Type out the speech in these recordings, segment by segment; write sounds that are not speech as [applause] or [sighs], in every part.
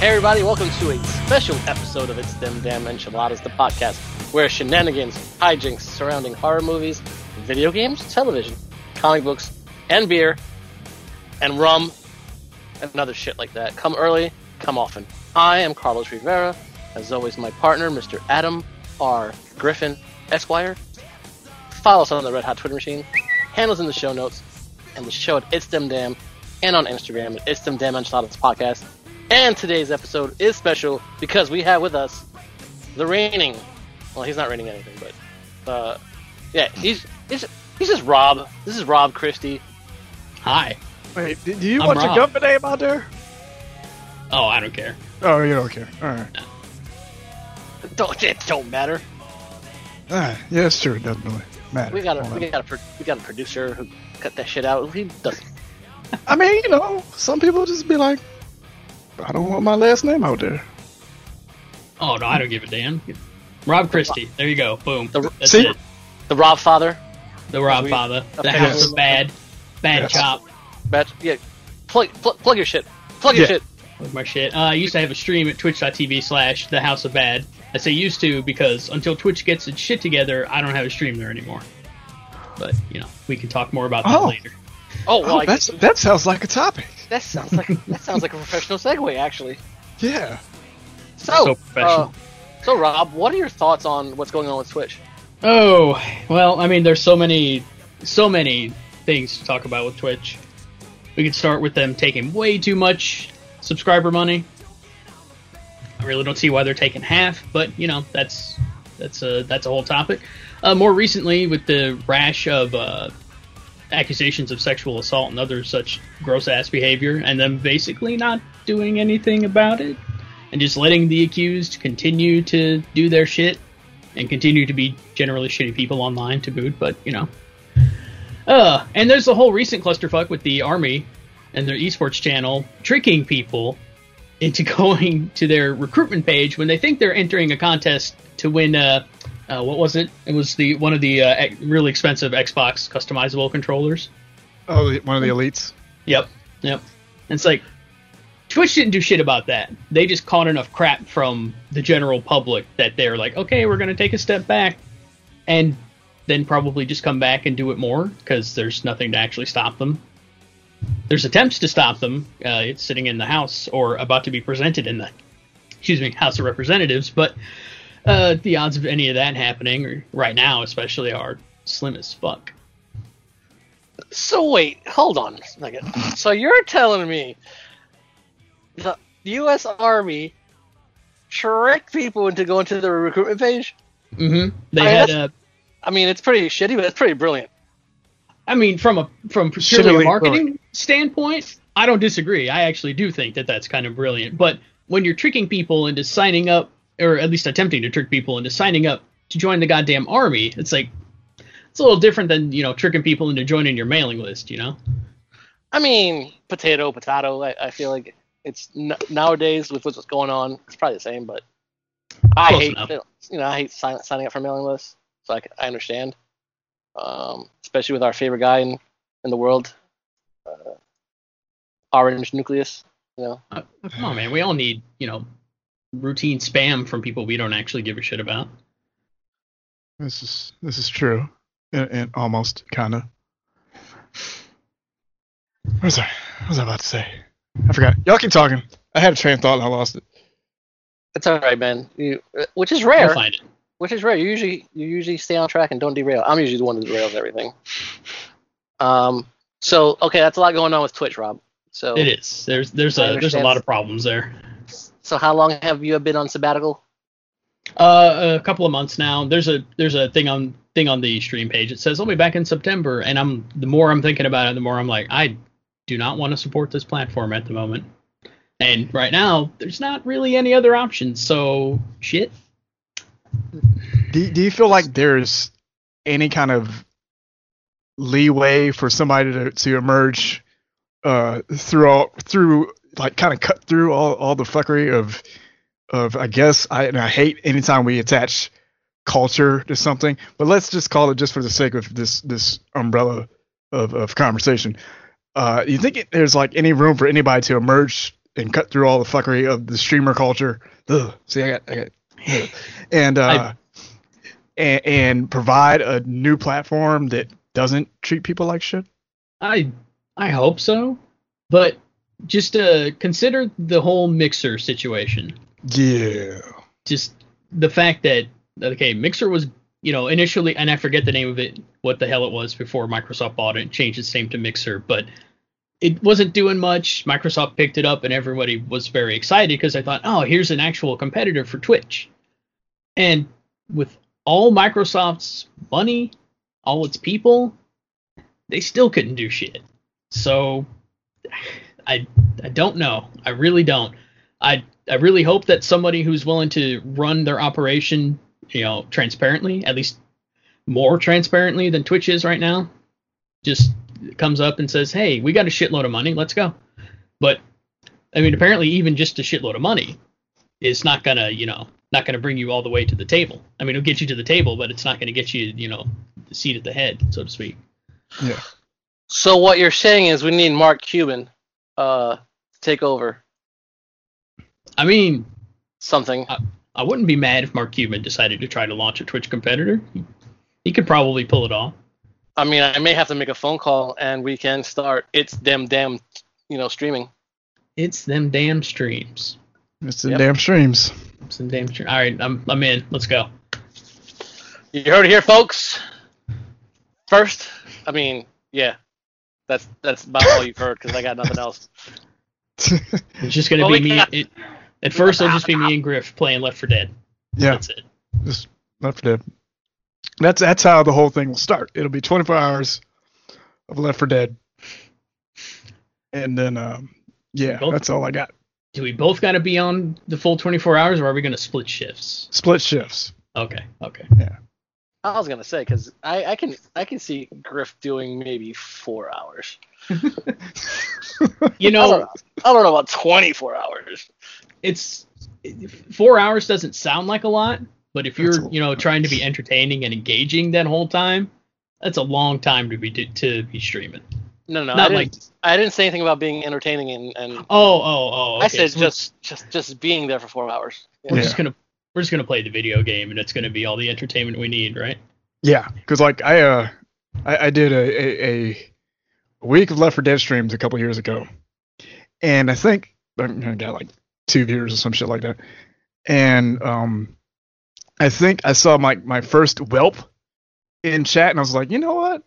Hey everybody, welcome to a special episode of It's Them Damn Enchiladas, the podcast where shenanigans, hijinks surrounding horror movies, video games, television, comic books, and beer, and rum, and other shit like that. Come early, come often. I am Carlos Rivera. As always, my partner, Mr. Adam R. Griffin, Esquire. Follow us on the Red Hot Twitter machine. Handles in the show notes, and the show at It's Them Damn, and on Instagram at It's Them Damn Enchiladas Podcast. And today's episode is special because we have with us the reigning. Well, he's not reigning anything, but uh, yeah, he's he's he's just Rob. This is Rob Christie. Hi. Wait, do do you I'm watch Rob. a company name out there? Oh, I don't care. Oh, you don't care. All right. Don't it don't matter. All right. Yeah, it's true. It doesn't really matter. We got a Hold we on. got a pro- we got a producer who cut that shit out. He doesn't. I mean, you know, some people just be like, I don't want my last name out there. Oh no, I don't give a damn. Rob Christie. There you go. Boom. The- That's see? it. The Rob father. The Rob We- Father. The Okay. house of bad. Bad Yes. chop. But yeah, plug plug, plug your shit. Plug your Yeah. shit. With my shit. Uh, I used to have a stream at twitch.tv slash the house of bad. I say used to because until Twitch gets its shit together, I don't have a stream there anymore. But you know, we can talk more about that Oh. later. Oh, well, Oh, I- that's that sounds like a topic. that sounds like that sounds like a professional segue actually. Yeah. So, So professional. uh, so Rob, what are your thoughts on what's going on with Twitch? Oh well, I mean, there's so many, so many things to talk about with Twitch. We could start with them taking way too much subscriber money. I really don't see why they're taking half, but you know, that's that's a that's a whole topic. Uh, more recently, with the rash of uh, accusations of sexual assault and other such gross ass behavior, and them basically not doing anything about it, and just letting the accused continue to do their shit and continue to be generally shitty people online to boot, but you know. Uh, and there's the whole recent clusterfuck with the army and their esports channel tricking people into [laughs] going to their recruitment page when they think they're entering a contest to win. Uh, uh, what was it? It was the one of the uh, ex- really expensive Xbox customizable controllers. Oh, the- one of the elites. Yep. Yep. And it's like Twitch didn't do shit about that. They just caught enough crap from the general public that they're like, okay, we're gonna take a step back, and then probably just come back and do it more because there's nothing to actually stop them. There's attempts to stop them. Uh, it's sitting in the House or about to be presented in the, excuse me, House of Representatives. But uh, the odds of any of that happening or right now, especially, are slim as fuck. So wait, hold on a second. So you're telling me the U.S. Army tricked people into going to their recruitment page? Mm-hmm. They I mean, had that's- a I mean, it's pretty shitty, but it's pretty brilliant. I mean, from a from purely Surely- a marketing standpoint, I don't disagree. I actually do think that that's kind of brilliant. But when you're tricking people into signing up, or at least attempting to trick people into signing up to join the goddamn army, it's like it's a little different than you know tricking people into joining your mailing list. You know, I mean, potato, potato. I, I feel like it's n- nowadays with what's what's going on, it's probably the same. But I Close hate, enough. you know, I hate sign, signing up for mailing lists, so I, c- I understand. Um, especially with our favorite guy in, in the world, uh, Orange Nucleus. You know, Uh, come on, man. We all need you know routine spam from people we don't actually give a shit about. This is this is true, and, and almost kind of. What was I? What was I about to say? I forgot. Y'all keep talking. I had a train of thought and I lost it. it's all right, man. You, uh, which is We'll rare. find it. which is rare. You usually you usually stay on track and don't derail. I'm usually the one that derails everything. Um. So okay, that's a lot going on with Twitch, Rob. So It is. There's there's I a there's a understand. lot of problems there. So how long have you been on sabbatical? Uh, a couple of months now. There's a there's a thing on thing on the stream page. It says I'll be back in September, and I'm the more I'm thinking about it, the more I'm like, I do not want to support this platform at the moment. And right now, there's not really any other options. So shit. Do, do you feel like there's any kind of leeway for somebody to, to emerge uh, through all, through like kind of cut through all, all the fuckery of of I guess I and I hate anytime we attach culture to something, but let's just call it just for the sake of this this umbrella of, of conversation. Uh, you think it, there's like any room for anybody to emerge and cut through all the fuckery of the streamer culture? Ugh, see, I got, I got, ugh. and uh, I- and, and provide a new platform that doesn't treat people like shit. I I hope so, but just uh, consider the whole mixer situation. Yeah. Just the fact that okay, mixer was you know initially, and I forget the name of it, what the hell it was before Microsoft bought it, changed its name to Mixer, but it wasn't doing much. Microsoft picked it up, and everybody was very excited because they thought, oh, here's an actual competitor for Twitch. And with all Microsoft's money, all its people, they still couldn't do shit. So I I don't know. I really don't. I I really hope that somebody who's willing to run their operation, you know, transparently, at least more transparently than Twitch is right now, just comes up and says, "Hey, we got a shitload of money. Let's go." But I mean, apparently even just a shitload of money is not going to, you know, not going to bring you all the way to the table. I mean, it'll get you to the table, but it's not going to get you, you know, the seat at the head, so to speak. Yeah. So what you're saying is we need Mark Cuban uh, to take over I mean, something. I wouldn't be mad if Mark Cuban decided to try to launch a Twitch competitor. He- He could probably pull it off. I mean, I may have to make a phone call and we can start. It's them damn, you know, streaming. It's them damn streams. It's the Yep. damn streams. [laughs] It's them damn streams. All right, I'm I'm in. Let's go. You heard it here, folks. First, I mean, yeah, that's that's about all you've heard because I got nothing else. It's just gonna Well, be we me. got- It, at first, it'll just be me and Griff playing Left for Dead. yeah. That's it. Just Left for Dead. That's that's how the whole thing will start. It'll be 24 hours of Left for Dead, and then um, yeah, Both- that's all I got. Do we both gotta be on the full 24 hours, or are we gonna split shifts? Split shifts. Okay, okay. I was gonna say because I, I can I can see Griff doing maybe four hours. You I don't know, know. I don't know about twenty four hours. it's four hours doesn't sound like a lot, but if That's you're a you know trying to be entertaining and engaging that whole time, that's a long time to be do, to be streaming. No, no, I Not didn't, like I didn't say anything about being entertaining and, and oh oh oh. I okay, said so we're- just just just being there for four hours. we're, Yeah. just gonna we're just gonna play the video game and it's gonna be all the entertainment we need, right? Yeah, because like I uh, I, I did a, a a week of Left for Dead streams a couple years ago, and I think I got like two viewers or some shit like that, and um, I think I saw my my first whelp in chat, and I was like, you know what,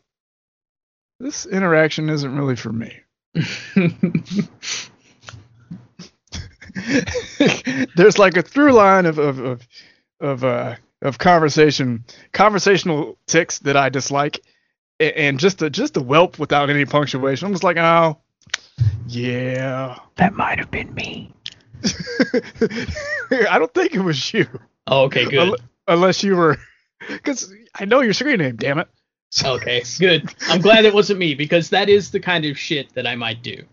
this interaction isn't really for me. [laughs] there's like a through line of of of of, uh, of conversation conversational ticks that I dislike, a- and just a just a whelp without any punctuation. I'm just like, oh, yeah, that might have been me. [laughs] I don't think it was you, oh, okay, good. Unle- unless you were, because I know your screen name. Damn it. [laughs] Okay, good. I'm glad it wasn't me because that is the kind of shit that I might do.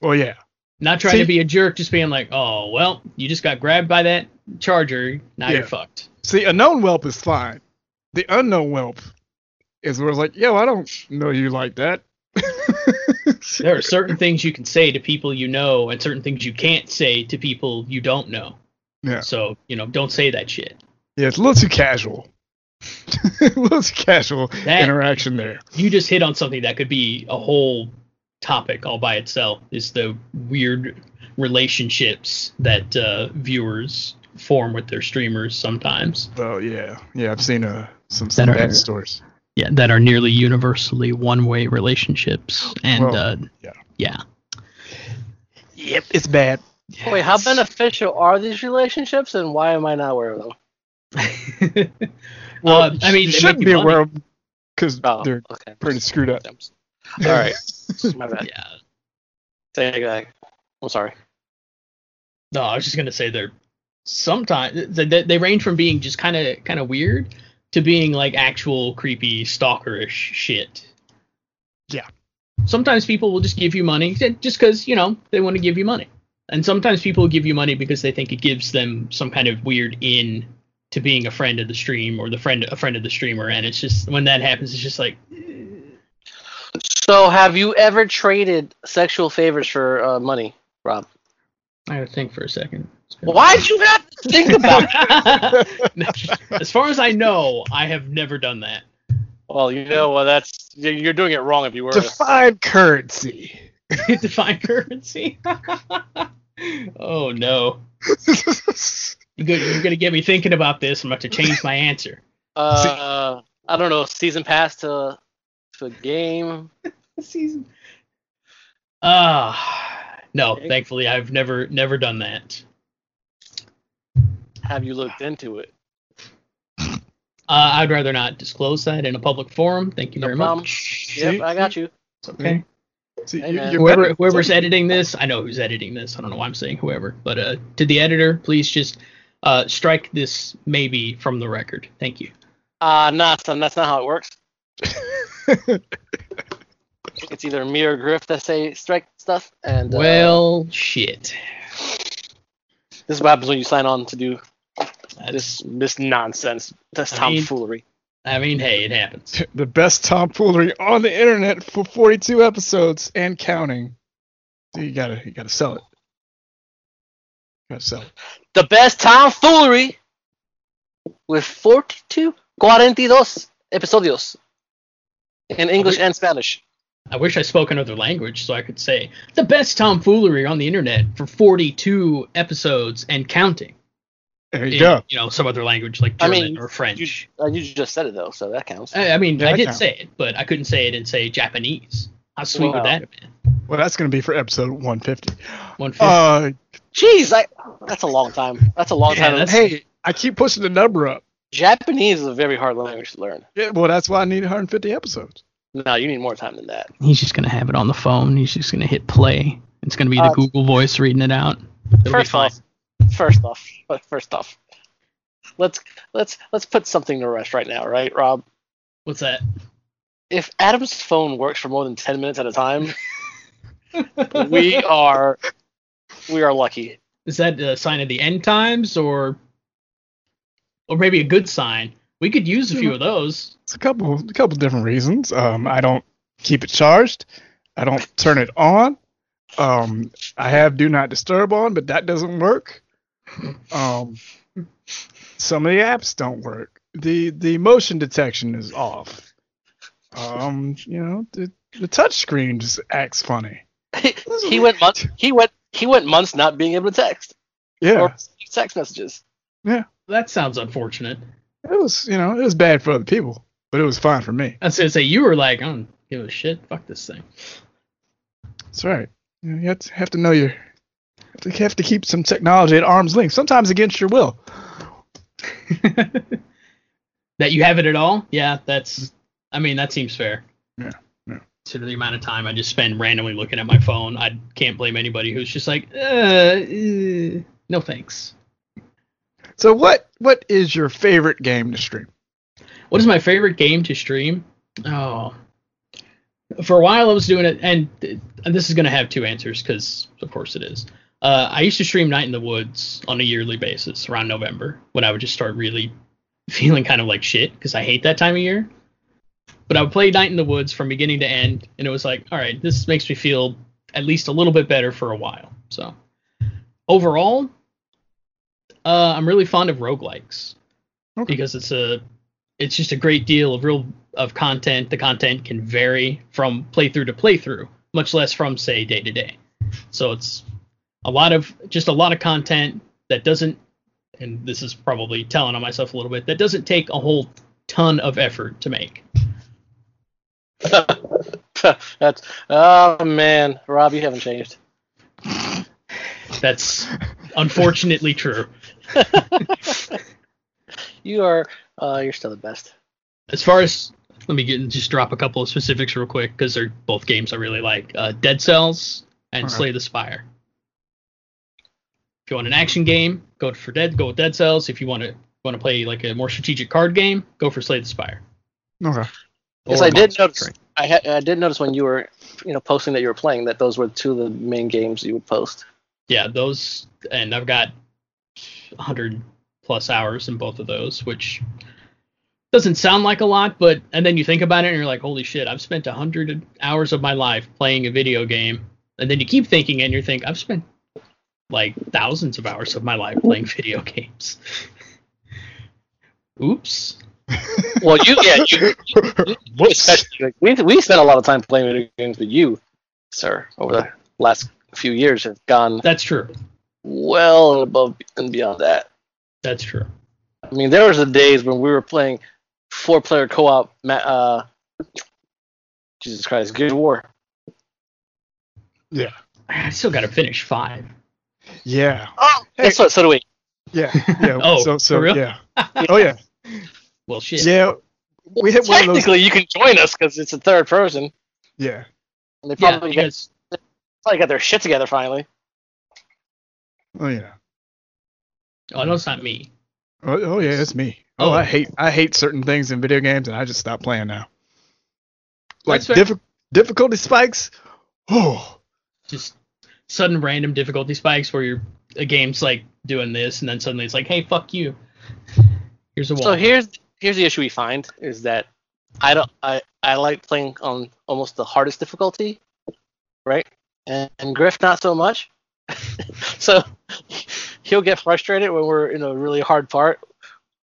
Well, yeah, Not trying to See- be a jerk, just being like, oh well, you just got grabbed by that charger. Now Yeah. you're fucked. See, a known whelp is fine. The unknown whelp is where it's like, yo, I don't know you like that. [laughs] There are certain things you can say to people you know, and certain things you can't say to people you don't know. Yeah. So you know, don't say that shit. Yeah, it's a little too casual. [laughs] a little too casual That- interaction there. You just hit on something that could be a whole topic all by itself. Is the weird relationships that uh, viewers form with their streamers sometimes. So yeah, yeah, I've seen uh, some some That are- bad stories. Yeah, that are nearly universally one-way relationships, and Well, uh, yeah. yeah. Yep, it's bad. Wait, how beneficial are these relationships, and why am I not aware of them? [laughs] well, Uh, I you mean, they shouldn't make be you aware money. of because Oh, they're okay. pretty screwed up. [laughs] All right, my [laughs] bad. Yeah. Take it back. I'm sorry. No, I was just gonna say they're sometimes they, they range from being just kind of kind of weird to being like actual creepy stalkerish shit. Yeah. Sometimes people will just give you money ju- just because you know they want to give you money, and sometimes people give you money because they think it gives them some kind of weird in to being a friend of the stream or the friend a friend of the streamer, and it's just when that happens, it's just like So, have you ever traded sexual favors for uh, money, Rob? I gotta think for a second. It's been- Why'd you have to [laughs] think about? it? [laughs] as far as I know, I have never done that. well, you know, well, that's you- you're doing it wrong. If you were, [laughs] Define currency. [laughs] [laughs] define currency. [laughs] oh no, you're gonna, you're gonna get me thinking about this. I'm about to change [laughs] my answer. uh, I don't know, season pass to to a game. Season. Ah, no. Thankfully, I've never never done that. Have you looked into it? Uh, I'd rather not disclose that in a public forum. Thank you No very problem. much. Yep, I got you. It's okay. See, Hey, you- man. you're whoever better- whoever's editing this, I know who's editing this. I don't know why I'm saying whoever, but uh, to the editor, please just uh, strike this maybe from the record. Thank you. Uh, nah, son, that's not how it works. It's either me or Griff that say strike stuff, and uh, Well, shit. this is what happens when you sign on to do That's, this this nonsense, this I mean- tomfoolery. I mean, hey, it happens. [laughs] the best tomfoolery on the internet for 42 episodes and counting. So you gotta, you gotta sell it. Gotta sell it. the best tomfoolery with 42 42 episodios in English and Spanish. I wish I spoke another language so I could say the best tomfoolery on the internet for 42 episodes and counting. There In, you go. You know, some other language like I German mean, or You, French. Uh, uh, you just said it though, so that counts. I, I mean, Yeah, I that did counts. say it, but I couldn't say it and say Japanese. How sweet Wow. would that have been? Well, that's gonna be for episode 150. 150. Uh, Jeez, I, that's a long time. That's a long Yeah, time. that's- hey, I keep pushing the number up. Japanese is a very hard language to learn. Yeah, well, that's why I need 150 episodes. No, you need more time than that. He's just going to have it on the phone. He's just going to hit play. It's going to be Uh, the Google voice reading it out. It'll be First fine. off, first off, first off, let's let's let's put something to rest right now, right, Rob? What's that? if Adam's phone works for more than ten minutes at a [laughs] time, we are we are lucky. is that a sign of the end times or or maybe a good sign we could use Hmm. a few of those It's a couple, a couple different reasons. Um, I don't keep it charged. I don't turn it on. Um, I have do not disturb on, but that doesn't work. Um, some of the apps don't work. The the motion detection is off. Um, you know the the touch screen just acts funny. he went months. He went. He went months not being able to text Yeah, or text messages. that sounds unfortunate it was you know it was bad for other people, but it was fine for me. i was gonna say you were like i don't give a shit fuck this [laughs] thing That's right. You, know, you have, to, have to know your. You have to keep some technology at arm's length, sometimes against your will. that you have it at all yeah that's i mean that seems fair Yeah, yeah. consider the amount of time i just spend randomly looking at my phone i can't blame anybody who's just like uh, uh no thanks So, what what is your favorite game to stream? What is my favorite game to stream? Oh, for a while I was doing it, and, and this is going to have two answers because, of course, it is. Uh, I used to stream Night in the Woods on a yearly basis around November when I would just start really [laughs] feeling kind of like shit because I hate that time of year. But I would play Night in the Woods from beginning to end, and it was like, all right, this makes me feel at least a little bit better for a while. So overall, uh, I'm really fond of roguelikes Okay. because it's a it's just a great deal of real of content. The content can vary from playthrough to playthrough, much less from say day to day. So it's a lot of just a lot of content that doesn't and this is probably telling on myself a little bit that doesn't take a whole ton of effort to make. [laughs] That's oh man, Rob, you haven't changed. That's unfortunately true. You are uh, you're still the best. As far as let me get just drop a couple of specifics real quick because they're both games I really like. Uh, Dead Cells and Okay. Slay the Spire. If you want an action game, go for Dead. Go with Dead Cells. If you want to want to play like a more strategic card game, go for Slay the Spire. Okay. Yes, Or I did Monster notice. Train. I, ha- I did notice when you were, you know, posting that you were playing that those were two of the main games you would post. Yeah, those, and I've got 100 plus hours in both of those, which doesn't sound like a lot, but and then you think about it and you're like, holy shit, I've spent 100 hours of my life playing a video game, and then you keep thinking and you think, I've spent like thousands of hours of my life playing video games. [laughs] Oops. Well, you yeah, you, you especially like, we we spent a lot of time playing video games, but you, sir, over the last few years have gone That's true. well above and beyond that. That's true. I mean, there was the days when we were playing four-player co-op. ma- Uh, Jesus Christ, Good War. I still got to finish five. Yeah. Oh, that's what. So do we. Yeah. Yeah. [laughs] Oh, so so for real? yeah. [laughs] Oh yeah. Well, shit. Yeah. We hit one of those. Technically, you can join us because it's a third person. Yeah. And they Yeah, probably got, because probably got their shit together finally. Oh yeah. oh no, it's not me. Oh, oh yeah, it's me. Oh, Oh. I hate I hate certain things in video games, and I just stop playing now. Like That's fair. diffi- difficulty spikes. Oh, just sudden random difficulty spikes where you're a game's like doing this and then suddenly it's like, hey, fuck you. Here's a wall. So here's here's the issue we find is that I don't I, I like playing on almost the hardest difficulty, right? And, and Griff not so much. [laughs] so he'll get frustrated when we're in a really hard part.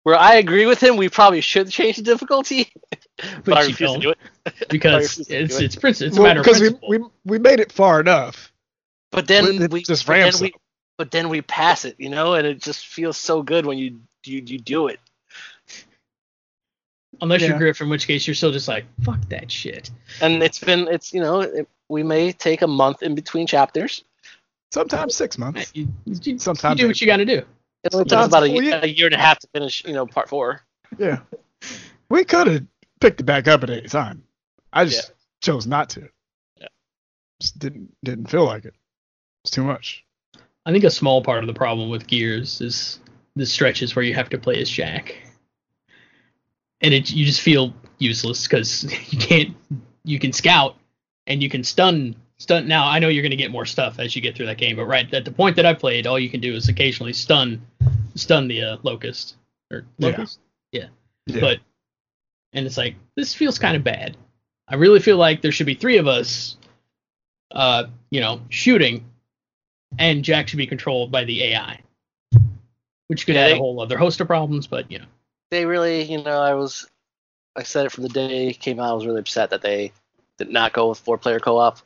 Where I agree with him, we probably should change the difficulty, [laughs] but, But I you refuse don't. to do it. because Sorry, it's do it. it's princ- it's a well, matter of because we, principle. we we made it far enough. But then Well, it we just but then ramps we up. but then we pass it, you know, and it just feels so good when you you, you do it. Unless yeah. you're Griff, in which case you're still just like, fuck that shit. And it's been it's you know it, we may take a month in between chapters. Sometimes six You, months. you- you Sometimes do what you got to do. It only Yeah. took about a, Well, ye- yeah. a year and a half to finish, you know, part four. Yeah, we could have picked it back up at any time. I just chose not to. Yeah. Just didn't didn't feel like it. It's too much. I think a small part of the problem with Gears is the stretches where you have to play as Jack, and it you just feel useless because [laughs] you can't you can scout and you can stun stun. Now I know you're going to get more stuff as you get through that game, but right at the point that I played, all you can do is occasionally stun stun the uh, locust or Yeah. locust, Yeah. but and it's like this feels kind of bad. I really feel like there should be three of us, uh, you know, shooting, and Jack should be controlled by the AI, which could Yeah, add they- a whole other host of problems. But you know, They really, you know, I was, I said it from the day it came out. I was really upset that they did not go with four-player co-op.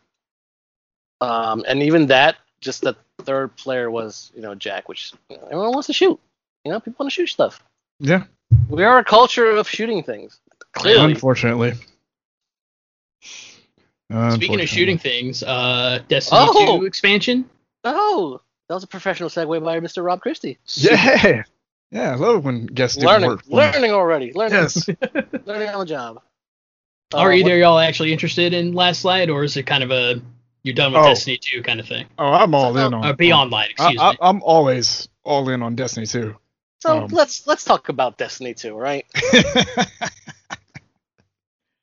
Um, and even that, just the third player was, you know, Jack, which you know, everyone wants to shoot. You know, people want to shoot stuff. yeah. We are a culture of shooting things. Clearly, Unfortunately. speaking Unfortunately. of shooting things, uh, Destiny Oh! Two expansion. oh, that was a professional segue by Mr. Rob Christie. Yeah. Yeah, I love when guests do learning, work. for me. learning already, learning, Yes. learning on the job. [laughs] Are Uh, either y'all actually interested in Last Light, or is it kind of a you're done with Oh. Uh, Destiny Two kind of thing? Oh, I'm all in on Or Beyond Light, I, Uh, excuse I, me. I'm always all in on Destiny [laughs] 2. So Um, let's let's talk about Destiny 2, right?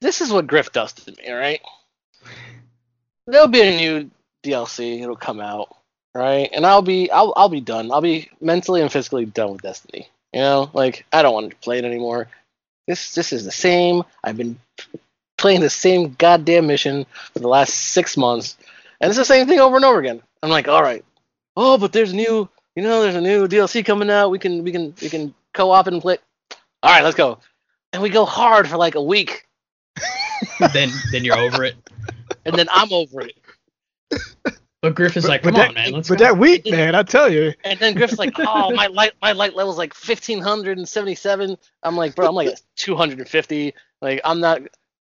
This is what Griff does to me, all right? There'll be a new DLC, it'll come out, right? And I'll be I'll I'll be done. I'll be mentally and physically done with Destiny. You know, like I don't want to play it anymore. This this is the same. I've been playing the same goddamn mission for the last 6 months. And it's the same thing over and over again. I'm like, "All right. Oh, but there's new, you know, there's a new DLC coming out. We can we can we can co-op and play. All right, let's go." And we go hard for like a week [laughs] then then you're over it. and then I'm over it. But Griff is like, but come that, on, [laughs] man, let's But go. that week, man, I tell you. And then Griff's like, "Oh, my light, my light level's like 1577." I'm like, "Bro, I'm like at 250. Like, I'm not.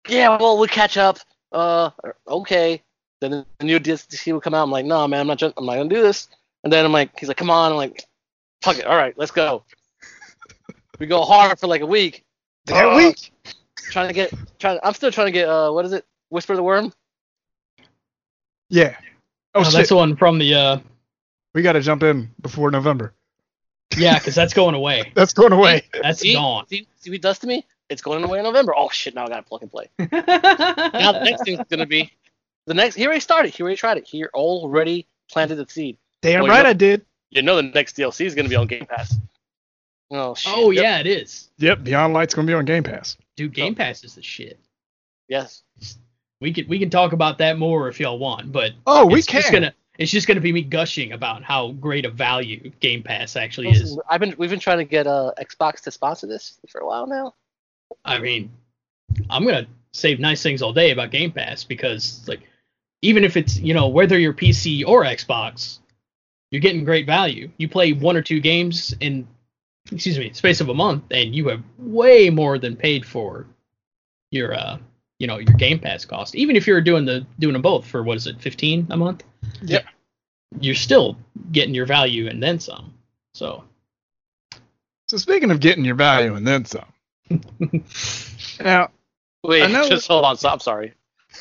Yeah, well, we'll catch up. Uh, okay." Then the new DLC will come out. I'm like, "No, man, I'm not. ju- I'm not gonna do this." And then I'm like, "He's like, come on." I'm like, "Fuck it. All right, let's go." We go hard for like a week. That Uh, week, Trying to get, trying. I'm still trying to get. Uh, what is it? Whisper of the Worm. yeah. Oh Oh, shit, that's the one from the uh, we got to jump in before November. yeah, because that's [laughs] going away. That's going away. That's See, [laughs] gone. see, see what it does to me? It's going away in November. Oh shit! Now I gotta plug and play. now the next thing's gonna be the next. He already started. He already tried it. He already planted the seed. Damn Well, right yep. I did. You know the next DLC is gonna be on Game Pass. Oh shit! [laughs] oh Yep. yeah, it is. Yep, Beyond Light's gonna be on Game Pass. Dude, Game Pass is the shit. Yes. We can we can talk about that more if y'all want, but Oh, we it's just can. gonna it's just gonna be me gushing about how great a value Game Pass actually Listen, is. I've been we've been trying to get uh, Xbox to sponsor this for a while now. I mean, I'm gonna say nice things all day about Game Pass because like even if it's you know whether you're PC or Xbox, you're getting great value. You play one or two games in excuse me space of a month, and you have way more than paid for your uh you know your Game Pass cost. Even if you're doing the doing them both for what is it 15 a month? Yep. You're still getting your value and then some. So So speaking of getting your value and then [laughs] some. now, I Wait, know- just hold on. So, I'm sorry.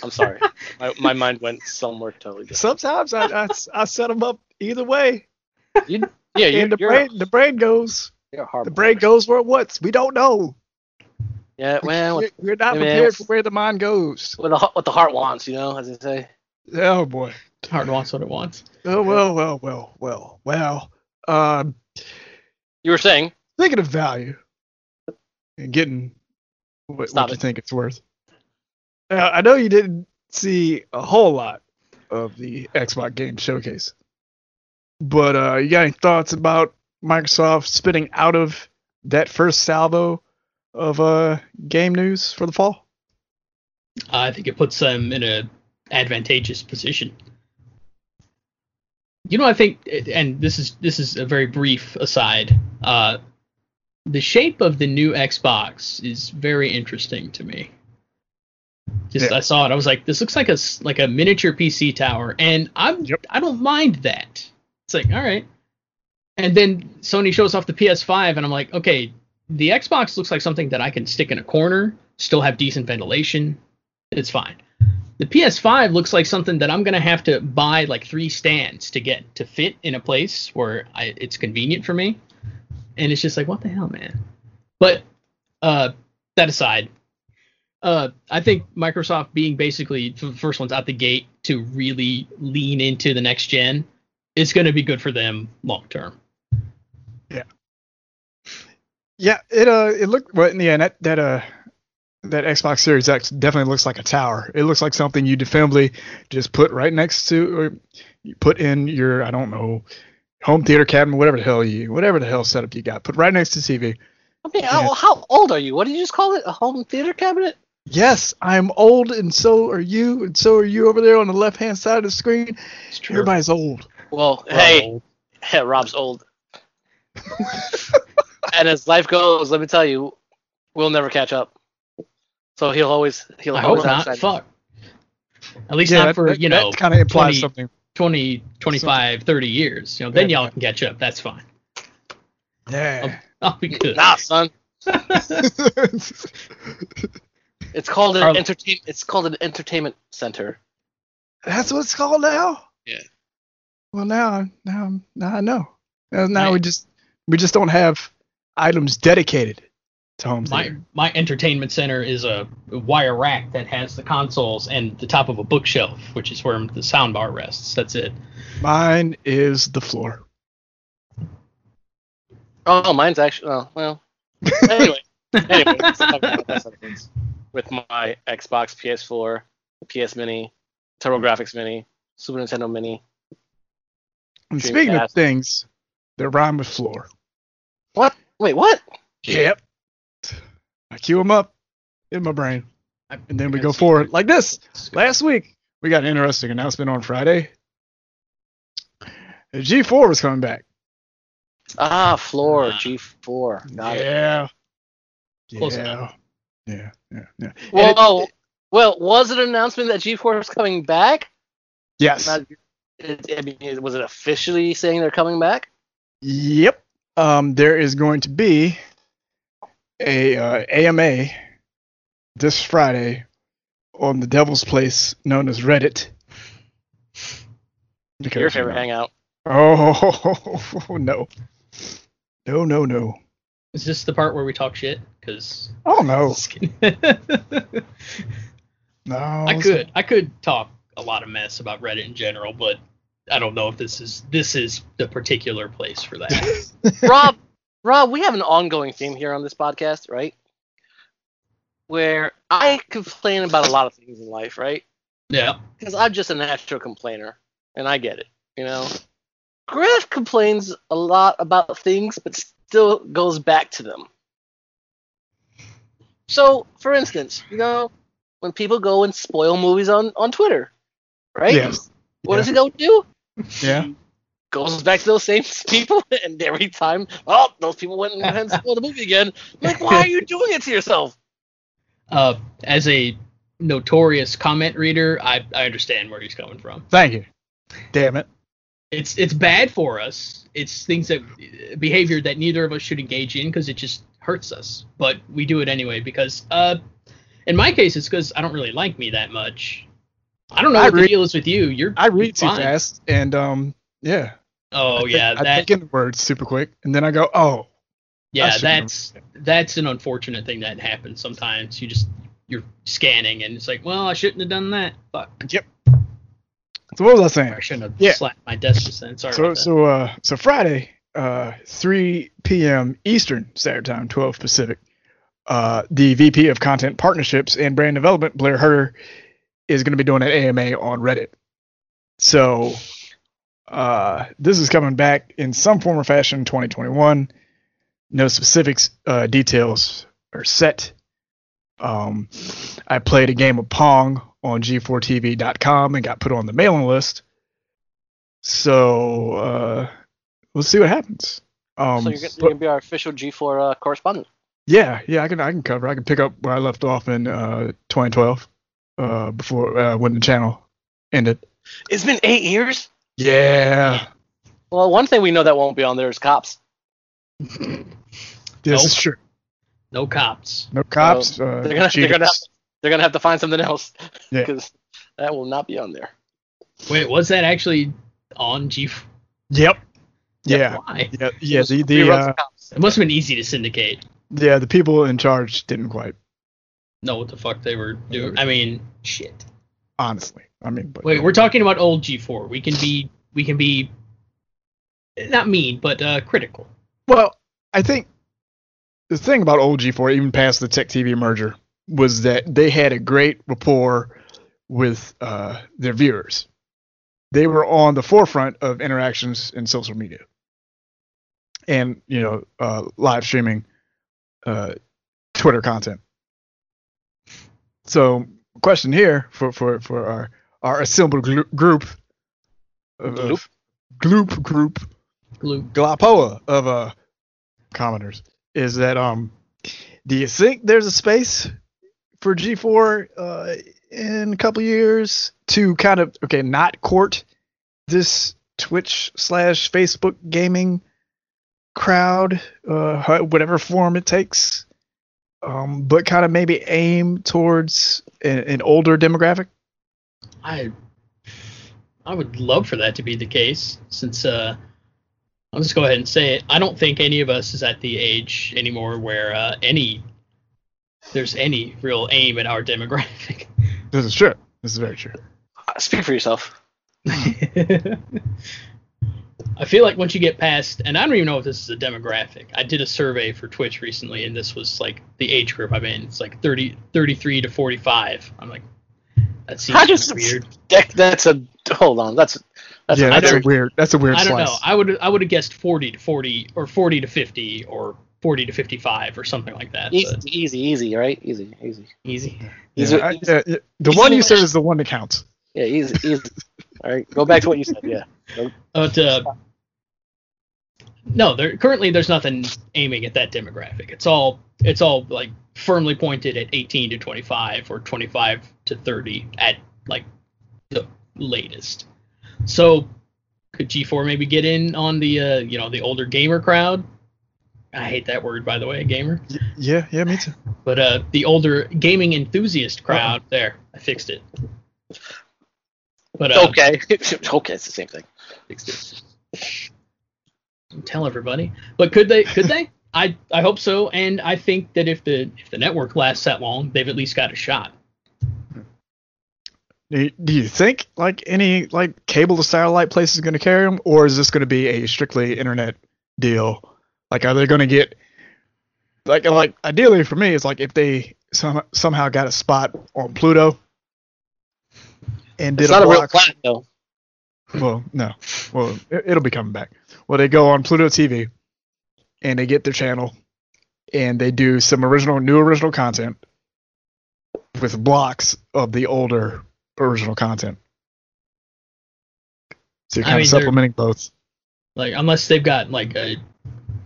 I'm [laughs] sorry. my, my mind went somewhere totally different. sometimes I, I, I set them up either way, You, yeah, you, and the you're, brain the brain goes you're a horrible. the brain person. goes where it wants. We don't know. Yeah, well, [laughs] We're, we're not I mean, prepared for where the mind goes. what the, what the heart wants, you know, as they say. Oh boy. hard wants what it wants. Oh well, well, well, well, well. Um, You were saying. thinking of value and getting what, Stop what you it. think it's worth. Now, I know you didn't see a whole lot of the Xbox Game Showcase, but uh, you got any thoughts about Microsoft spitting out of that first salvo of uh, game news for the fall? I think it puts them in a advantageous position. You know, I think, and this is this is a very brief aside. Uh, the shape of the new Xbox is very interesting to me. Just Yeah. I saw it, I was like, this looks like a s- like a miniature PC tower, and I'm Yep. I don't mind that. It's like all right, and then Sony shows off the PS5, and I'm like, okay, the Xbox looks like something that I can stick in a corner, still have decent ventilation, it's fine. The PS5 looks like something that I'm gonna have to buy like three stands to get to fit in a place where I, it's convenient for me, and it's just like what the hell, man. But uh, that aside, uh, I think Microsoft being basically the first ones out the gate to really lean into the next gen is gonna be good for them long term. Yeah, it uh, it looked well. Yeah, and that that uh, that Xbox Series X definitely looks like a tower. It looks like something you definitely just put right next to, or you put in your I don't know, home theater cabinet, whatever the hell you, whatever the hell setup you got, put right next to TV. I mean, Yeah. oh, how old are you? What did you just call it? A home theater cabinet? Yes, I'm old, and so are you, and so are you over there on the left hand side of the screen. It's Everybody's old. Well, hey, [laughs] hey, Rob's old. and as life goes, let me tell you, we'll never catch up. So he'll always he'll I hope always not. outside- Fuck. At least not for, you know, kind of implies 20 something. 20, 25, 30 years. You know, then Yeah. y'all can catch up. That's fine. [laughs] Yeah. I'll be good. Nah, son. [laughs] [laughs] It's called an Carl- entertain. It's called an entertainment center. That's what it's called now. Yeah. Well, now, now, now I know. Now, now we Right. just we just don't have items dedicated to home My theater. my entertainment center is a wire rack that has the consoles and the top of a bookshelf, which is where the sound bar rests. That's it. Mine is the floor. Oh, mine's actually. Oh, well. [laughs] Anyway, anyway, let's talk about that sometimes. with my Xbox, PS4, PS Mini, TurboGrafx Mini, Super Nintendo Mini. And speaking of Dreamcast. things that rhyme with floor. What? Wait, what? Yep. I cue them up in my brain, I- and then we go forward like this. Last week we got an interesting announcement on Friday. G4 was coming back. Ah, floor Ah. G4. Got it. yeah. Close yeah. enough. yeah. Yeah. Yeah. Well, uh, And it- oh, well, was it an announcement that G4 is coming back? Yes. Not, it, I mean, it- was it officially saying they're coming back? Yep. Um, there is going to be a uh, AMA this Friday on the Devil's Place, known as Reddit. Because, Your favorite you know, [laughs] hangout. Oh [laughs] no, no, no, no. Is this the part where we talk shit? [laughs] Because Oh no, I no. could I could talk a lot of mess about Reddit in general, but I don't know if this is this is the particular place for that. [laughs] Rob, Rob, we have an ongoing theme here on this podcast, right? Where I complain about a lot of things in life, right? yeah. Because I'm just a natural complainer, and I get it, you know. Griff complains a lot about things, but still goes back to them. So, for instance, you know, when people go and spoil movies on on Twitter, right? Yes. What yeah. does he go do? Yeah. goes back to those same [laughs] people, and every time, oh, those people went and spoiled the movie again. Like, why are you doing it to yourself? Uh, as a notorious comment reader, I, I understand where he's coming from. Thank you. Damn it. It's it's bad for us. It's things that behavior that neither of us should engage in because it just hurts us. But we do it anyway because uh, in my case, it's because I don't really like me that much. I don't know I what the read- deal is with you. You're I read too you're fine. fast, and um, yeah. Oh yeah, I that think in words super quick, and then I go, oh, I yeah, should that's that's an unfortunate thing that happens sometimes. You just you're scanning and it's like, well, I shouldn't have done that. Fuck, so what was I saying? I shouldn't have Yeah. slapped my desk just then. Sorry. So about that. so uh so Friday, uh 3 p.m. Eastern Standard Time, 12 Pacific. Uh the VP of Content Partnerships and Brand Development, Blair Herter, is gonna be doing an AMA on Reddit. So uh this is coming back in some form or fashion in 2021. No specifics uh details are set. Um I played a game of Pong on G4TV.com and got put on the mailing list. So uh, we'll see what happens. Um, so you're, gonna- but- you're gonna be our official G4 uh, correspondent. yeah, yeah, I can I can cover. I can pick up where I left off in uh, 2012, uh, before uh, when the channel ended. It's been eight years. Yeah, Well, one thing we know that won't be on there is cops. this Nope. is true. no cops. No cops. They're uh, gonna they're gonna cheaters. they're gonna have to find something else [laughs] Yeah. because that will not be on there. Wait, was that actually on G? Yep. Yeah. Why? Yeah. Yeah. The, the Reruns uh, of cops. It must have been easy to syndicate. yeah the people in charge didn't quite Know what the fuck they were doing? I mean, shit. honestly. I mean, but Wait, we're talking about old G4. We can be we can be not mean, but uh, critical. Well, I think the thing about old G4, even past the Tech TV merger, was that they had a great rapport with uh, their viewers. They were on the forefront of interactions in social media and, you know, uh, live streaming uh, Twitter content. So, question here for, for, for our, our assembled glu- group of, of gloop group Glue. Glapoa of uh commenters is that um do you think there's a space for G4 uh in a couple years to kind of okay not court this Twitch slash Facebook gaming crowd uh ho- whatever form it takes um but kind of maybe aim towards an, an older demographic I I would love for that to be the case, since uh, I'll just go ahead and say it. I don't think any of us is at the age anymore where uh, any there's any real aim at our demographic. this is true this is very true Uh, Speak for yourself. I [laughs] feel like once you get past, and I don't even know if this is a demographic. I did a survey for Twitch recently, and this was like the age group I'm in. It's like 30, 33 to 45. I'm like, that seems How does kinda weird. That, that's a hold on. That's that's yeah I that's a don't- weird that's a weird I don't slice know. I would I would have guessed 40 to 40 or 40 to 50 or 40 to 55 or something like that. easy, but easy, easy, right? Easy, easy. easy. These Yeah, are- I- these- yeah, yeah, the these one are you the- said is the one that counts Yeah, easy, easy. All right, go back to what you said. Yeah, But uh, no, there currently there's nothing aiming at that demographic. It's all it's all like firmly pointed at 18 to 25 or 25 to 30 at like the latest. So could G4 maybe get in on the uh, you know the older gamer crowd? I hate that word, by the way, gamer. Y- yeah, yeah, me too. But uh, the older gaming enthusiast crowd. There, I fixed it. But uh, okay. [laughs] okay, it's the same thing. fixed it. Tell everybody. But could they? Could they? [laughs] I I hope so, and I think that if the if the network lasts that long, they've at least got a shot. Do you, do you think like any like cable to satellite place is going to carry them, or is this going to be a strictly internet deal? Like, are they going to get like like ideally for me, it's like if they some, somehow got a spot on Pluto and did It's not a real block- planet, though. Well, no. Well, it, it'll be coming back. Well, they go on Pluto TV, and they get their channel, and they do some original, new original content with blocks of the older original content. So you're I kind mean, of they're- supplementing both. Like unless they've got like a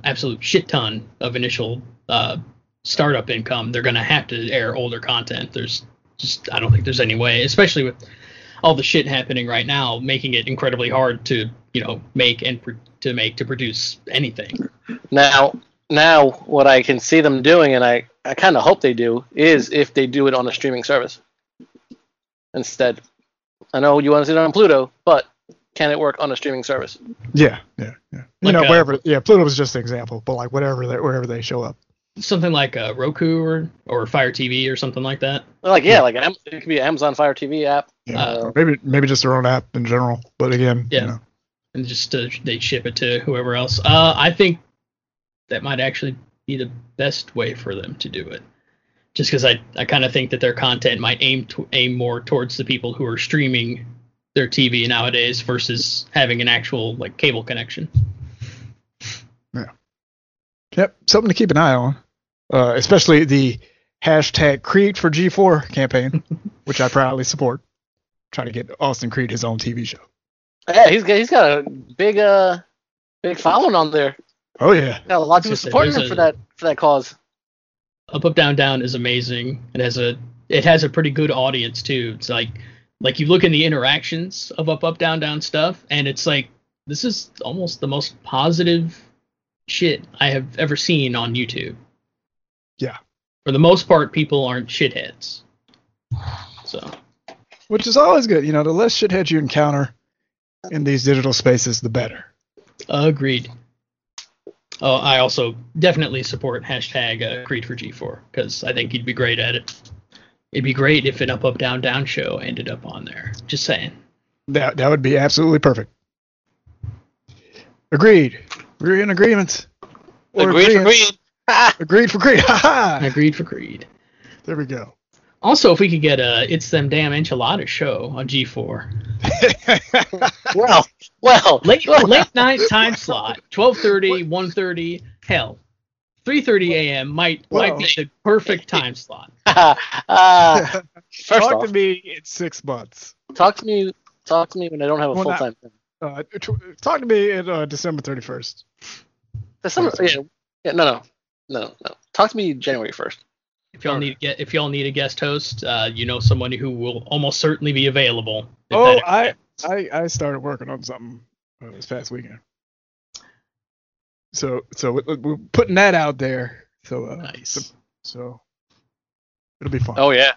absolute shit ton of initial uh, startup income, they're gonna have to air older content. There's just I don't think there's any way, especially with all the shit happening right now, making it incredibly hard to you know make and pro- to make to produce anything. Now, now, what I can see them doing, and I, I kind of hope they do, is if they do it on a streaming service instead. I know you want to see it on Pluto, but can it work on a streaming service? Yeah, yeah, yeah. You Like, know, uh, wherever. Yeah, Pluto's just an example, but like whatever, they, wherever they show up. Something like uh, Roku or or Fire TV or something like that. Like, yeah, like Am- it could be an Amazon Fire TV app. Yeah. Uh, Or maybe, maybe just their own app in general. But again, Oh. Yeah. you know, and just uh, they ship it to whoever else. Uh, I think that might actually be the best way for them to do it. Just because I, I kind of think that their content might aim to, aim more towards the people who are streaming their TV nowadays versus having an actual like cable connection. Yep, something to keep an eye on, uh, especially the hashtag Creed for G4 campaign, which I proudly support. Trying to get Austin Creed his own TV show. Yeah, he's got, he's got a big uh big following on there. Oh yeah, Got a lot of people Yes, it supporting is him a- for that for that cause. Up Up Down Down is amazing. It has a it has a pretty good audience too. It's like like you look in the interactions of Up Up Down Down stuff, and it's like this is almost the most positive shit I have ever seen on YouTube. Yeah. For the most part, people aren't shitheads. So which is always good. You know, the less shitheads you encounter in these digital spaces, the better. agreed. Oh, I also definitely support hashtag uh, Creed for G4 because I think you'd be great at it. It'd be great if an Up Up Down Down show ended up on there. Just saying. That that would be absolutely perfect. Agreed. We're in agreement. Or Agreed, agreeance. agreed. Ah, [laughs] Agreed for Creed. Ha ha. Agreed for Creed. There we go. Also, if we could get a "It's Them Damn Enchiladas" show on G4, well, [laughs] well, [laughs] late late night time slot, 12:30, 1:30, hell, 3:30 a.m. might might be the perfect time slot. uh, first Talk off, to me in six months. talk to me, talk to me when I don't have a Well, full not- time. job. Uh, t- talk to me in uh, December thirty first. That's some, yeah, yeah, no, no, no, no. Talk to me January first. If y'all need to get if y'all need a guest host, uh, you know someone who will almost certainly be available. if Oh, that- I, I I started working on something uh, this past weekend. So so we- we're putting that out there. So uh, nice. so it'll be fun. Oh yeah,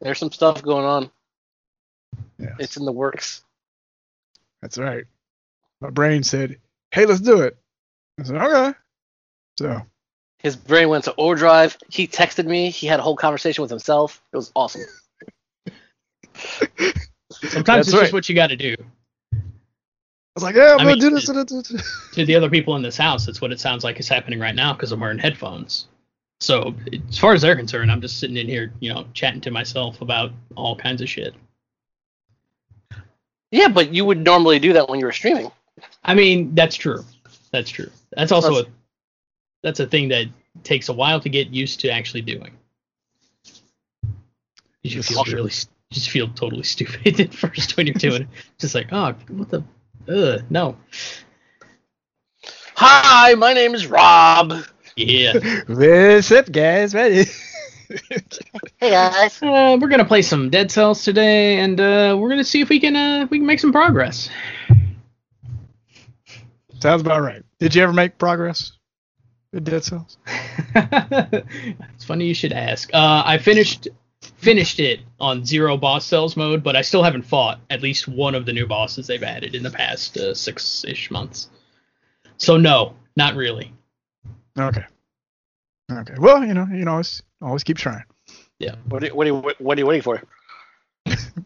there's some stuff going on. Yes. It's in the works. That's right. My brain said, "Hey, let's do it." I said, "Okay." So His brain went to overdrive. He texted me. He had a whole conversation with himself. It was awesome. Sometimes that's it's right. just what you got to do. I was like, "Yeah, I'm I gonna mean, do this." and it- it- To the other people in this house, that's what it sounds like is happening right now because I'm wearing headphones. So, as far as they're concerned, I'm just sitting in here, you know, chatting to myself about all kinds of shit. Yeah, but you would normally do that when you were streaming. I mean, that's true. That's true. That's also That's- a that's a thing that takes a while to get used to actually doing. You just This is feel true. really, st- you just feel totally [laughs] stupid at first when you're doing it. Just like, oh, what the, uh, no, Hi, my name is Rob. yeah. [laughs] What's up, guys? Ready? Hey guys. Uh, we're gonna play some Dead Cells today, and uh, we're gonna see if we can uh, we can make some progress. [laughs] Sounds about right. Did you ever make progress? The Dead Cells. it's funny you should ask. Uh, I finished finished it on zero boss cells mode, but I still haven't fought at least one of the new bosses they've added in the past uh, six ish months. So no, not really. Okay. Okay. Well, you know, you know, always always keep trying. What are, you- what, are, you- what are you waiting for?